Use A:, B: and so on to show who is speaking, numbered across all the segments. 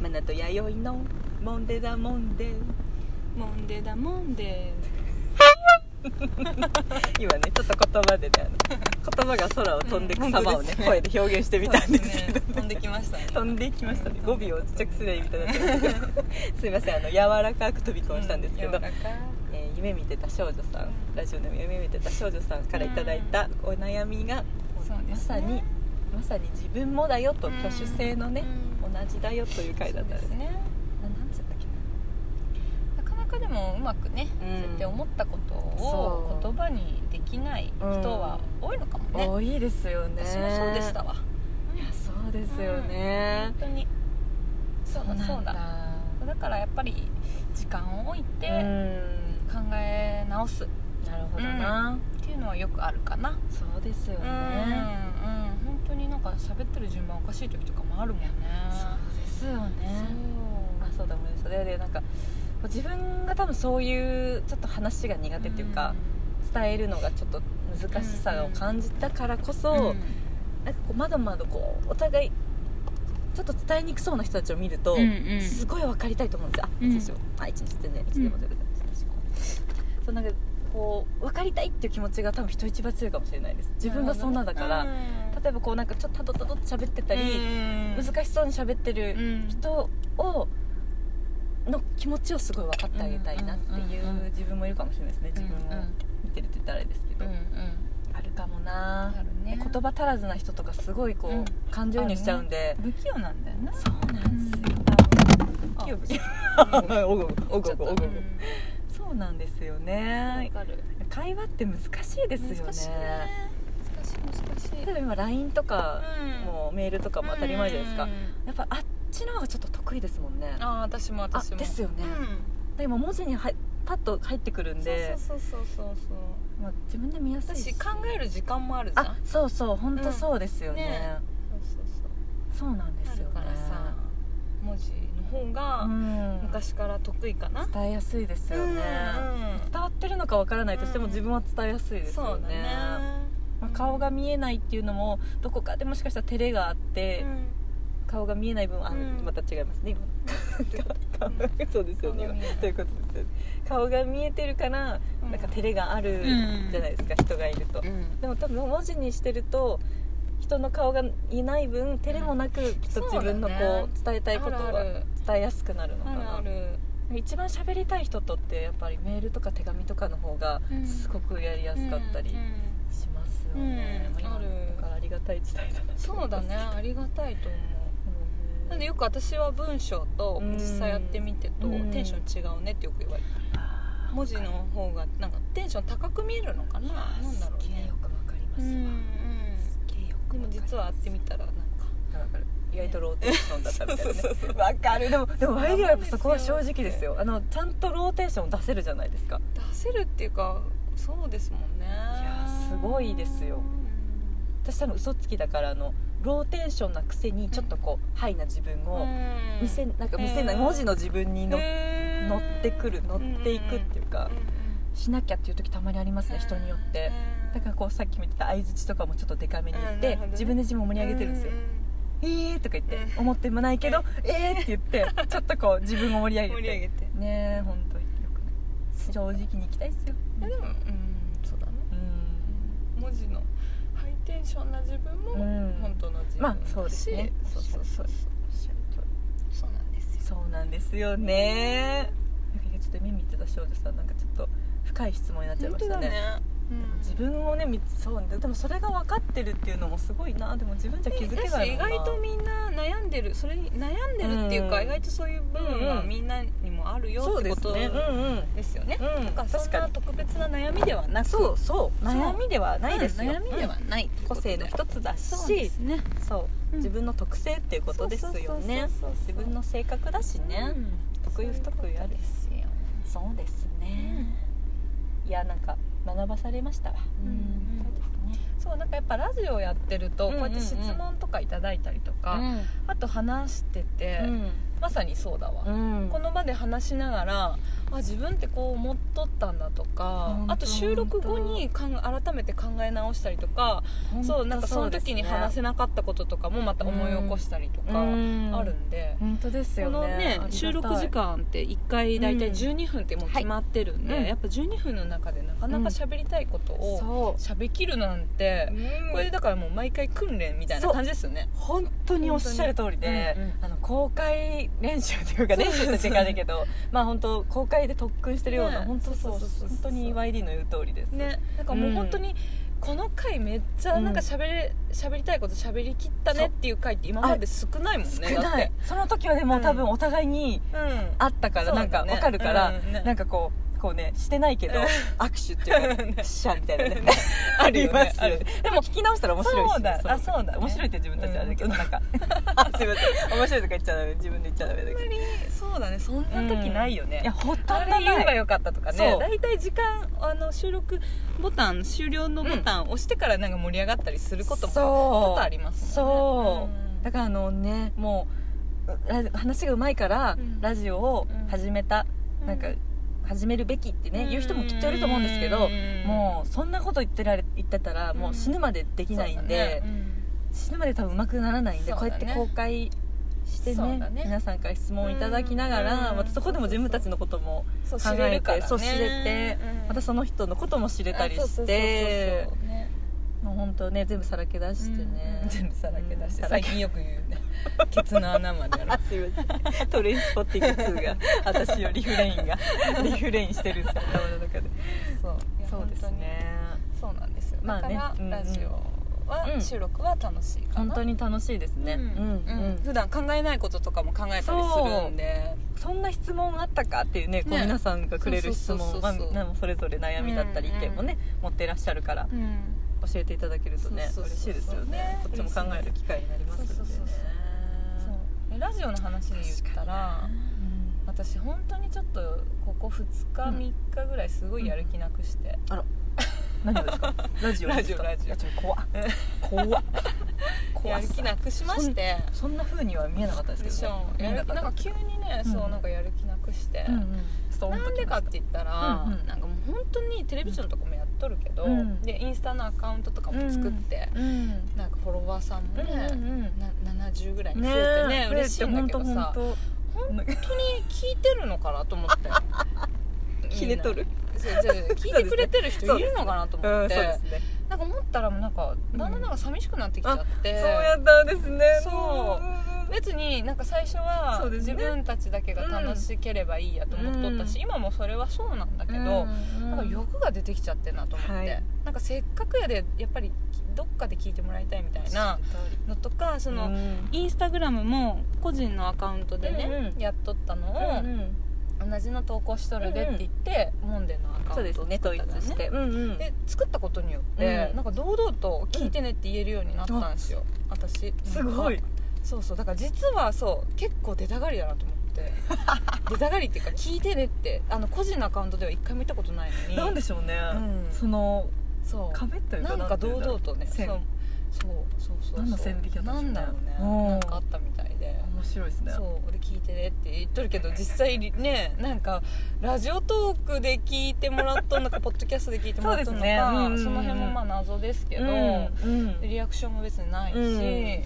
A: マナと弥生のモンデだモンデ
B: モンデだモンデ
A: 今ねちょっと言葉でねあの言葉が空を飛んでいく様をね、
B: うん本当
A: 声
B: です
A: で表現してみたんですけど、
B: 飛んできましたね
A: 飛んでいきましたね
B: うん
A: 語尾をちっちゃくすりゃいいみたいになっちゃうんですけどすいませんあの柔らかく飛び込みしたんですけど、
B: う柔らかい
A: えー夢見てた少女さんラジオでも夢見てた少女さんからいただいたお悩みが、
B: そう
A: ま
B: ですね
A: さにまさに自分もだよと
B: うん
A: 挙手制のね、
B: うん
A: 同じだよという回だったん
B: そう
A: です
B: ですね
A: ななんつったっけ
B: なかなかでもうまくね、
A: うん
B: そうやって思ったこと
A: そ
B: を
A: う
B: 言葉にできない人は多いのかもね、
A: 多いですよね
B: 私もそうでしたわ、
A: いやそうですよね
B: 本、当にそうだそうだだからやっぱり時間を置いて
A: うん
B: 考え直すっ
A: なるほどな、
B: ていうのはよくあるかな
A: そうですよ
B: うんうん
A: ね、
B: 本当になんか喋ってる順番おかしい時とかもあるもんね
A: そうですよねあ
B: そ
A: そうだ思い出したででなんか自分が多分そういうちょっと話が苦手っていうか、伝えるのがちょっと難しさを感じたからこそ、
B: うんうん
A: なんかこうまだまだこうお互いちょっと伝えにくそうな人たちを見ると、
B: うんうん
A: すごい分かりたいと思うんですよあ
B: うん
A: 一日を、あ一日全然いつでも全然、そうなんかこう分かりたいっていう気持ちが多分人一倍強いかもしれないです自分がそんなだから、例えばこうなんかちょっとたどたどって喋ってたり、
B: し
A: 難しそうに喋ってる、
B: い
A: 人をの気持ちをすごい分かってあげたいなってい
B: うんうんうんう
A: うん自分もいるかもしれないですね自分
B: うんう
A: を
B: ん
A: 見てるって言ったらあれですけ
B: う
A: ど、
B: んうん
A: あるかもな
B: ある
A: で
B: ね
A: 言葉足らずな人とかすごいこう、
B: うん
A: 感情移入しちゃうんで、
B: 不器用なんだよな
A: そうな
B: あ
A: よ
B: あ
A: 器用おごごお
B: ち
A: ご
B: ょっと
A: ごおごご
B: うん
A: そうなんですよ
B: わ
A: ね
B: かる
A: 会話って難しいですよ
B: 難しいね
A: ね
B: 難しい難しい
A: 例えば今 LINE とか、
B: うん
A: もうメールとかも当たり前じゃないですか、
B: うん
A: やっぱあっちの方がちょっと得意ですもんね
B: ああ私も私も
A: あですよね
B: うん
A: でも文字にはいパッと入ってくるんで
B: そうそうそうそうそう
A: まあ、自分で見やすい
B: 私
A: し
B: 考える時間もあるじゃん
A: あそうそう本当そうですよね,、
B: うんねそうそうそう
A: そうなんですよね
B: あるからさ文字の方
A: う
B: が
A: ん、
B: 昔から得意かな
A: 伝えやすいですよね、
B: うん
A: 伝わってるのかわからないとしても
B: うん
A: 自分は伝えやすいです
B: そ
A: よね,、
B: うだね
A: まあ、顔が見えないっていうのもどこかでもしかしたら照れがあって、
B: うん
A: 顔が見えない分あ、
B: うん
A: また違いますね今顔がそうですよね
B: 顔が見えない
A: 今ということですよね顔が見えてるから
B: うん
A: なんか照れがある
B: うん
A: じゃないですか、人がいると、
B: うん
A: でも多分文字にしてると人の顔がいない分照れもなくきっと自分のこ
B: そうだね
A: う伝えたいこと
B: あ
A: が
B: るある
A: 伝えやすくなるのか
B: ある
A: な
B: ある
A: 一番喋りたい人とってやっぱりメールとか手紙とかの方が
B: うん
A: すごくやりやすかったり
B: うんうん
A: しますよね、
B: うん
A: ま
B: ある
A: 今だからありがたい時代だなと思
B: そう
A: いま
B: だ
A: す
B: ねありがたいと思
A: う
B: うんなんでよく私は文章と
A: うん
B: 実際やってみてと
A: うん
B: テンション違うねってよく言われる
A: あー
B: 文字の方がなんかテンション高く見えるのかな
A: あー
B: なんだろう
A: すげえ
B: ね
A: よくわかりますわ、すげえよくわかり
B: でも
A: ます
B: 実は会ってみたらなんか
A: わかる意外とローテーションだったみたいなね
B: そうそうそう
A: わかるでもでもワイリーはやっぱそこは正直です
B: そう
A: よあのちゃんとローテーションを出せるじゃないですか
B: 出せるっていうかそうですもんねい
A: やーすごいですよ私多分嘘つきだからあのローテーションなくせにちょっとこう、ハイな自分を見せなんか見せない
B: うん
A: 文字の自分にの乗
B: 乗
A: ってくる乗っていくっていうかしなきゃっていう時たまにありますね人によってだからこうさっき見てた相づちとかもちょっとデカめに言っ
B: うんなる
A: て
B: ほどね
A: 自分で自分を盛り上げてるんですよ「えー」とか言って
B: うん
A: 思ってもないけど「えー」って言ってちょっとこう自分を盛り上げ
B: 盛り上
A: て
B: げて
A: ねえ本当によくない正直に行きたいっすよ
B: いやでもうんそうだね
A: うん
B: 文字のハイテンションな自分も
A: うん
B: 本当の自分
A: まあそうですね
B: だしそうそうそうそうなんですよ
A: そうなんですよねなんかちょっと目見てた少女さんなんかちょっと深い質問になっちゃいましたね
B: うん
A: 自分をね見そうねでもそれが分かってるっていうのもすごいなでも自分じゃ気づけ
B: だ
A: な
B: し
A: いも
B: 意
A: んな
B: 外とみんな悩んでるそれに悩んでるっていうか、
A: うん
B: 意外とそういう部分は
A: うん
B: みんなにもあるよ
A: そう
B: って
A: で
B: こ
A: す
B: と
A: ねうんうん
B: ですよね
A: うん
B: なんかそ
A: 確
B: ん
A: か
B: な
A: に
B: 特別な悩みではなく
A: そうそう
B: そう
A: 悩みではないですよ、
B: うん悩みではない
A: うん個性の一つだしそう
B: ねうん
A: 自分の特性っていうことですよね
B: そうそうそうそう
A: 自分の性格だしね、得意不得意ある
B: ですよ
A: そうですね、いやなんか学ばされましたわ
B: うん
A: そうですね
B: そうなんかやっぱラジオやってると
A: うん
B: こ
A: うん
B: う
A: うん
B: やって質問とかいただいたりとか、あと話してて、まさにそうだわ、
A: うん
B: この場で話しながらあ自分ってこう思っとったんだとか
A: 本当
B: あと収録後にかん改めて考え直したりとかそうなんかその時に話せなかったこととかもまた思い起こしたりとか
A: うん
B: あるんで、で、
A: 本当ですよ
B: こ
A: ね
B: のね
A: ありがたい
B: 収録時間って1回大体12分ってもう決まってるんで、
A: はいうん
B: やっぱ12分の中でなかなか喋りたいことを
A: そ
B: 喋きるなんて
A: う、、
B: これだからもう毎回訓練みたいな感じですよね
A: 本当におっしゃる通りで、
B: 本当にうんうん
A: あの公開練習というか練習って違うだけどまあ本当公開で特訓してるような、
B: ね
A: 本当そう
B: そうそうそうそう
A: 本当に YD の言う通りです、
B: ねなんかもう本当にこの回めっちゃなんか喋れ喋りたいこと喋りきったねっていう回って今まで少ないもんね
A: 少
B: だっ
A: ない
B: て
A: その時はでも、
B: うん
A: 多分お互いに
B: うん
A: あったから、
B: そう
A: な
B: だ
A: ん
B: ね
A: かわかるから、
B: うんね
A: なんかこうこうねしてないけど
B: うん
A: 握手っていう か、ね、シャーみたいなね
B: あるよね
A: あります
B: ある
A: でも聞き直したら面白いし
B: そうだあそうだね
A: 面白いって自分たちはあれだけど、なん かあすいません面白いとか言っちゃダメ自分で言っちゃダメだけど
B: そうだねそんな時ないよね、
A: いやほとんど
B: あ
A: ない
B: れ言えばよかったとか
A: そ
B: ね
A: う
B: 大体時間あの収録ボタン終了のボタン押してからなんか盛り上がったりすることも
A: そう
B: 多々ありますもんね
A: そう、
B: うん
A: だからあのねもうラジ話がうまいから、
B: うん
A: ラジオを始めた、
B: うん
A: なんか始めるべきってね、
B: うん
A: 言う人もきっといると思うんですけど、
B: うん
A: もうそんなこと言ってられ言ってたらもう死ぬまでできないんで、
B: そうだね
A: 死ぬまで多分うまくならないんで、
B: そう
A: こう
B: だね
A: やって公開して
B: そう
A: ね
B: だね
A: 皆さんから質問をいただきながら、
B: うん
A: またそこでも自分たちのことも
B: うんそう
A: 考
B: 知れ
A: え
B: るから
A: て
B: ね
A: そう知れて、
B: うん
A: またその人のことも知れたり
B: あそう
A: し
B: そうそう
A: て
B: そうね
A: もう本当ね全部さらけ出してね、
B: うん全部さらけ出して、
A: うん
B: 最近よく言うねケツの穴までやろ
A: あすいませんトレインスポッティング2が私よリフレイ ンがリフレインしてるんですよ頭の中で
B: そう
A: そうですね
B: そうなんですよ、
A: まあね
B: だか
A: う
B: ら、
A: んうん
B: ラジオは、
A: うん
B: 収録は楽しいかな
A: 本当に楽しいですね、
B: う
A: うんんうん
B: 普段考えないこととかも考えたりするんで
A: そんな質問あったかっていうねこう
B: ね
A: 皆さんがくれる質
B: そうそ
A: 問
B: うそ
A: ま
B: うそう
A: あなそれぞれ悩みだったり
B: うん
A: 意
B: うん
A: 見もね持ってらっしゃるから
B: う、ん、
A: 教えていただけるとね
B: そうそう
A: 嬉
B: そう
A: しいですよねこっちも考える機会になりますんでね
B: そうそうそうそうでラジオの話で言ったら
A: うん
B: 私本当にちょっとここ2日
A: うん
B: 3日ぐらいすごいやる気なくして、
A: 何をですかラジオですか
B: ラジオラジオ
A: いやちょっと 怖っ怖っ
B: や
A: 怖
B: る
A: す
B: 気なくしまして
A: そんな風には見えなかったです
B: で
A: け
B: し
A: ど
B: ょ
A: ね、
B: や
A: 見え
B: る気なん
A: な
B: か
A: った
B: 急にね、
A: うん
B: そうなんかやる気なくして、
A: うんうんストーン
B: な
A: と
B: んで
A: きま
B: か
A: し
B: って言ったら、
A: うんうん
B: なんかもう本当にテレビジョンとかもやっとるけど、
A: うん
B: でインスタのアカウントとかも作って、
A: たうん
B: なんかフォロワーさんもね、な70ぐらいに増
A: ね
B: えてね
A: え
B: 嬉しいんだけどさ
A: 本当本
B: 本当に聞いてるのかなと思って
A: 当ひねとる
B: そうそうそう聞いてくれてる人いるのかなと
A: うん
B: 思
A: そ
B: っ
A: う
B: て、
A: ですね
B: なんか思ったらもうなんかだんだんなんか寂しくなってきちゃって、
A: そうやったんですね
B: そう
A: うん
B: 別になんか最初は
A: そうです
B: 自
A: ね
B: 分たちだけが楽しければいいやと思っとったし、
A: うん
B: 今もそれはそうなんだけど、
A: うん
B: なんか欲が出てきちゃってんなと思って、
A: はい
B: なんかせっかくやでやっぱりどっかで聞いてもらいたいみたいなのとかその、
A: うん
B: インスタグラムも個人のアカウントでね、
A: うんうん
B: やっとったのを、
A: うん
B: 同じの投稿しとるでって言って、モンデのアカ
A: そう
B: ウン
A: です
B: トを
A: ね
B: 作
A: 統
B: っ
A: 一
B: たじゃ
A: し
B: んね
A: てうんうん
B: で作ったことによって、
A: うん
B: なんか堂々と「聞いてね」って言えるようになったんですよ、私
A: すごい
B: なんかそうそうだから実はそう結構出たがりだな と思って出たがりっていうか「聞いてね」ってあの個人のアカウントでは一回も見たことないのに
A: なんでしょうね
B: うん
A: その
B: そう
A: 壁 というか
B: なんか堂々とねそう
A: 線
B: そうそうそうそう
A: 何の線引きだった
B: なん
A: でしょうね
B: んだ
A: う
B: ろうね
A: ん
B: なんかあったみたいで
A: 面白いですね
B: そうで聞いてねって言っとるけど実際にねなんかラジオトークで聞いてもらっとんのかポッドキャストで聞いてもらっとん
A: そう
B: のかそ,、
A: ですねうん
B: の辺もまあ謎ですけど、
A: うんうん
B: でリアクションも別にないし、
A: うん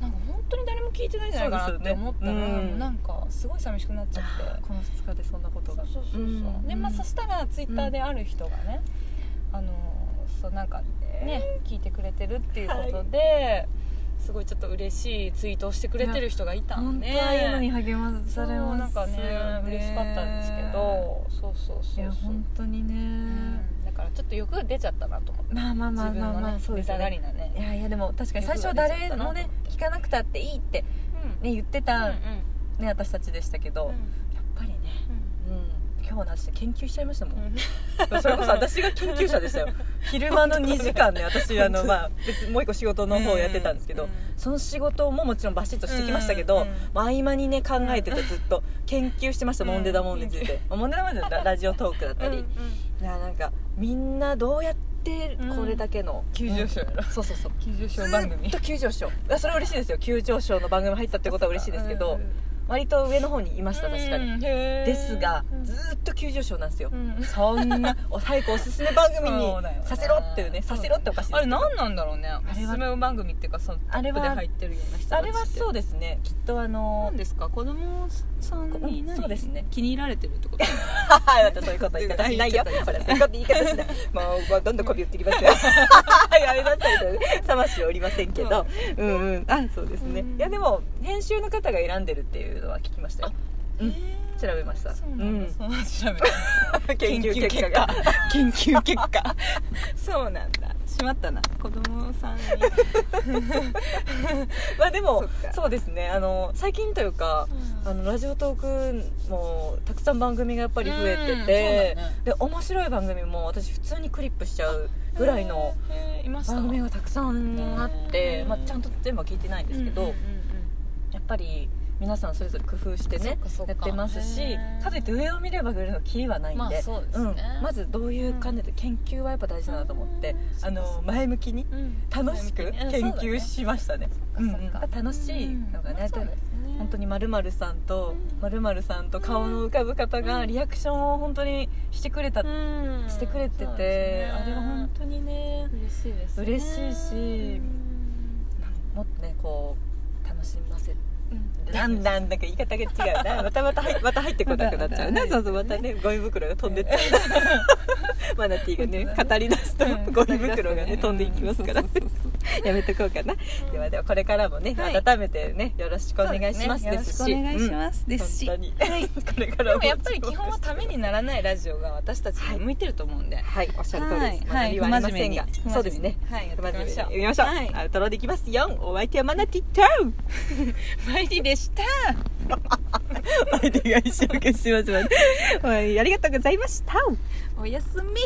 B: なんか本当に誰も聞いてないんじゃないかなって思ったら、
A: そうですよねうん
B: なんかすごい寂しくなっちゃって。
A: この2日でそんなこと
B: そ
A: が
B: うそうそうそ
A: う
B: う、
A: ん
B: でまあそしたらツイッターである人がね、あのそうなんかね聞いてくれてるっていうことで、すごいちょっと嬉しいツイートをしてくれてる人がいたん
A: 本当
B: で
A: ああいうのに励ま
B: そ
A: さ
B: う
A: れます
B: なんかね嬉しかったんですけどそうそ
A: い
B: うそう
A: や
B: そう
A: 本当にね、
B: うんだからちょっと欲が出ちゃったなと思って
A: まあまあまあ
B: 自分
A: まあ
B: の
A: まあ、
B: ね
A: そう
B: 出
A: です
B: たがり
A: ね
B: なね
A: いやいやでも確かに最初は誰もね聞かなくたっていいって、ね、
B: うん
A: 言って
B: うん
A: た、
B: うん
A: ね私たちでしたけど、やっぱりね、うん、今日の私研究しちゃいましたもん、それこそ私が研究者でした よ昼間の2時間ね私あの、まあ、別にもう一個仕事の方やってたんですけど、
B: うんうん
A: その仕事ももちろんバシッとしてきましたけ
B: うん
A: ど、
B: うんうん
A: まあ合間にね考えてたずっと研究してました、
B: うん
A: モンデダモンデについ て、モンデダモンデララジオトークだったり、いやなんかみんなどうやってこれだけの、
B: 急上昇やろ
A: そう そうそう
B: 急上
A: ずーっと急上昇あそれは嬉しいですよ急上昇の番組入ったってことは嬉しいですけど、
B: うん
A: 割と上の方にいました確かに、
B: うんへー
A: ですが、
B: うん
A: ずーっと急上昇なんですよ、
B: うん
A: そんなお早くおすすめ番組に
B: そうだよね
A: させろっていうねさせろっておかしいです
B: あれ
A: けど
B: 何なんだろうねお
A: は
B: すすめ番組っていうかそのト
A: あれ
B: ップ
A: は
B: で入ってるような人たち
A: あれはそう
B: う
A: ですねきっとあの
B: なんですか子供さんに
A: うん
B: 何
A: そうですね
B: 気に入られてるってこと
A: はい、またそういうこと言い方しないよ。
B: 言っちゃ
A: ほ
B: った
A: ら、そういうこと言い方 しない。もう、どんどん媚び売ってきますよ。やめなさいと、さましおりませんけど。うんうん、あ、そうですね
B: うん。
A: いや、でも、編集の方が選んでるっていうのは聞きましたよ。うん
B: へー
A: 調べました
B: そうなんだ
A: うん
B: そうなんだ調べた
A: 研究結果 が。
B: 研究結果 そうなんだしまったな子供さんに
A: まあ、でも
B: そっか、
A: そうですね。あの、最近というか。あのラジオトークもたくさん番組がやっぱり増えてて、
B: うんそうだね
A: で面白い番組も私普通にクリップしちゃうぐらいの
B: へーいました
A: 番組がたくさんあって、
B: うん
A: まあ、ちゃんと全部は聞いてないんですけど、
B: うんうん
A: やっぱり皆さんそれぞれ工夫してね
B: そっかそっか
A: やってますし
B: へー
A: かといって上を見れば上のキリはないんで,、
B: まあそうですね
A: ん、まずどういう観点で研究はやっぱ大事だなと思って
B: う
A: あ
B: んそうかそ
A: の
B: う
A: 前向きに
B: うんうん
A: 楽しく研究しましたね
B: そうだね
A: うんうん
B: そっかそっか
A: 楽しいのがね,、本当
B: に
A: にまるさんと
B: うん
A: まるさんと顔の浮かぶ方
B: う
A: が
B: ん
A: リアクションを本当にしてくれた、してくれてて、あれは本当にね
B: 嬉しいですね
A: 嬉しいし
B: うん
A: もっとねこう楽しませて
B: うん
A: なんだんだか言い方が違うな またまた入また入ってこなくなっちゃうな
B: またまたはい
A: そうそうまたねゴミ袋が飛 んでっちゃうマナティーが
B: 本当
A: ね
B: だね
A: 語り出すと
B: うん
A: ゴミ袋がね飛んでいきますから
B: そうそうそう
A: やめとこうかなではではこれからもね
B: はい
A: 改めてねよろしくお願いします
B: そう
A: で
B: ですす
A: し
B: ねよろしくお願いしますですし
A: うん本当にこれから
B: でもやっぱり基本はためにならないラジオが私たちに向いてると思うんで、
A: はいおっしゃる通りです
B: は
A: 学
B: い
A: びはありませんが
B: はい不真面目に
A: そうですね
B: はいやっていきましょう
A: 不真面目にやりましょう
B: はい
A: アウトローでいきますよお相手はマナティーと
B: マイリでした
A: お相手が一生懸命しますませんはいありがとうございました
B: おやすみ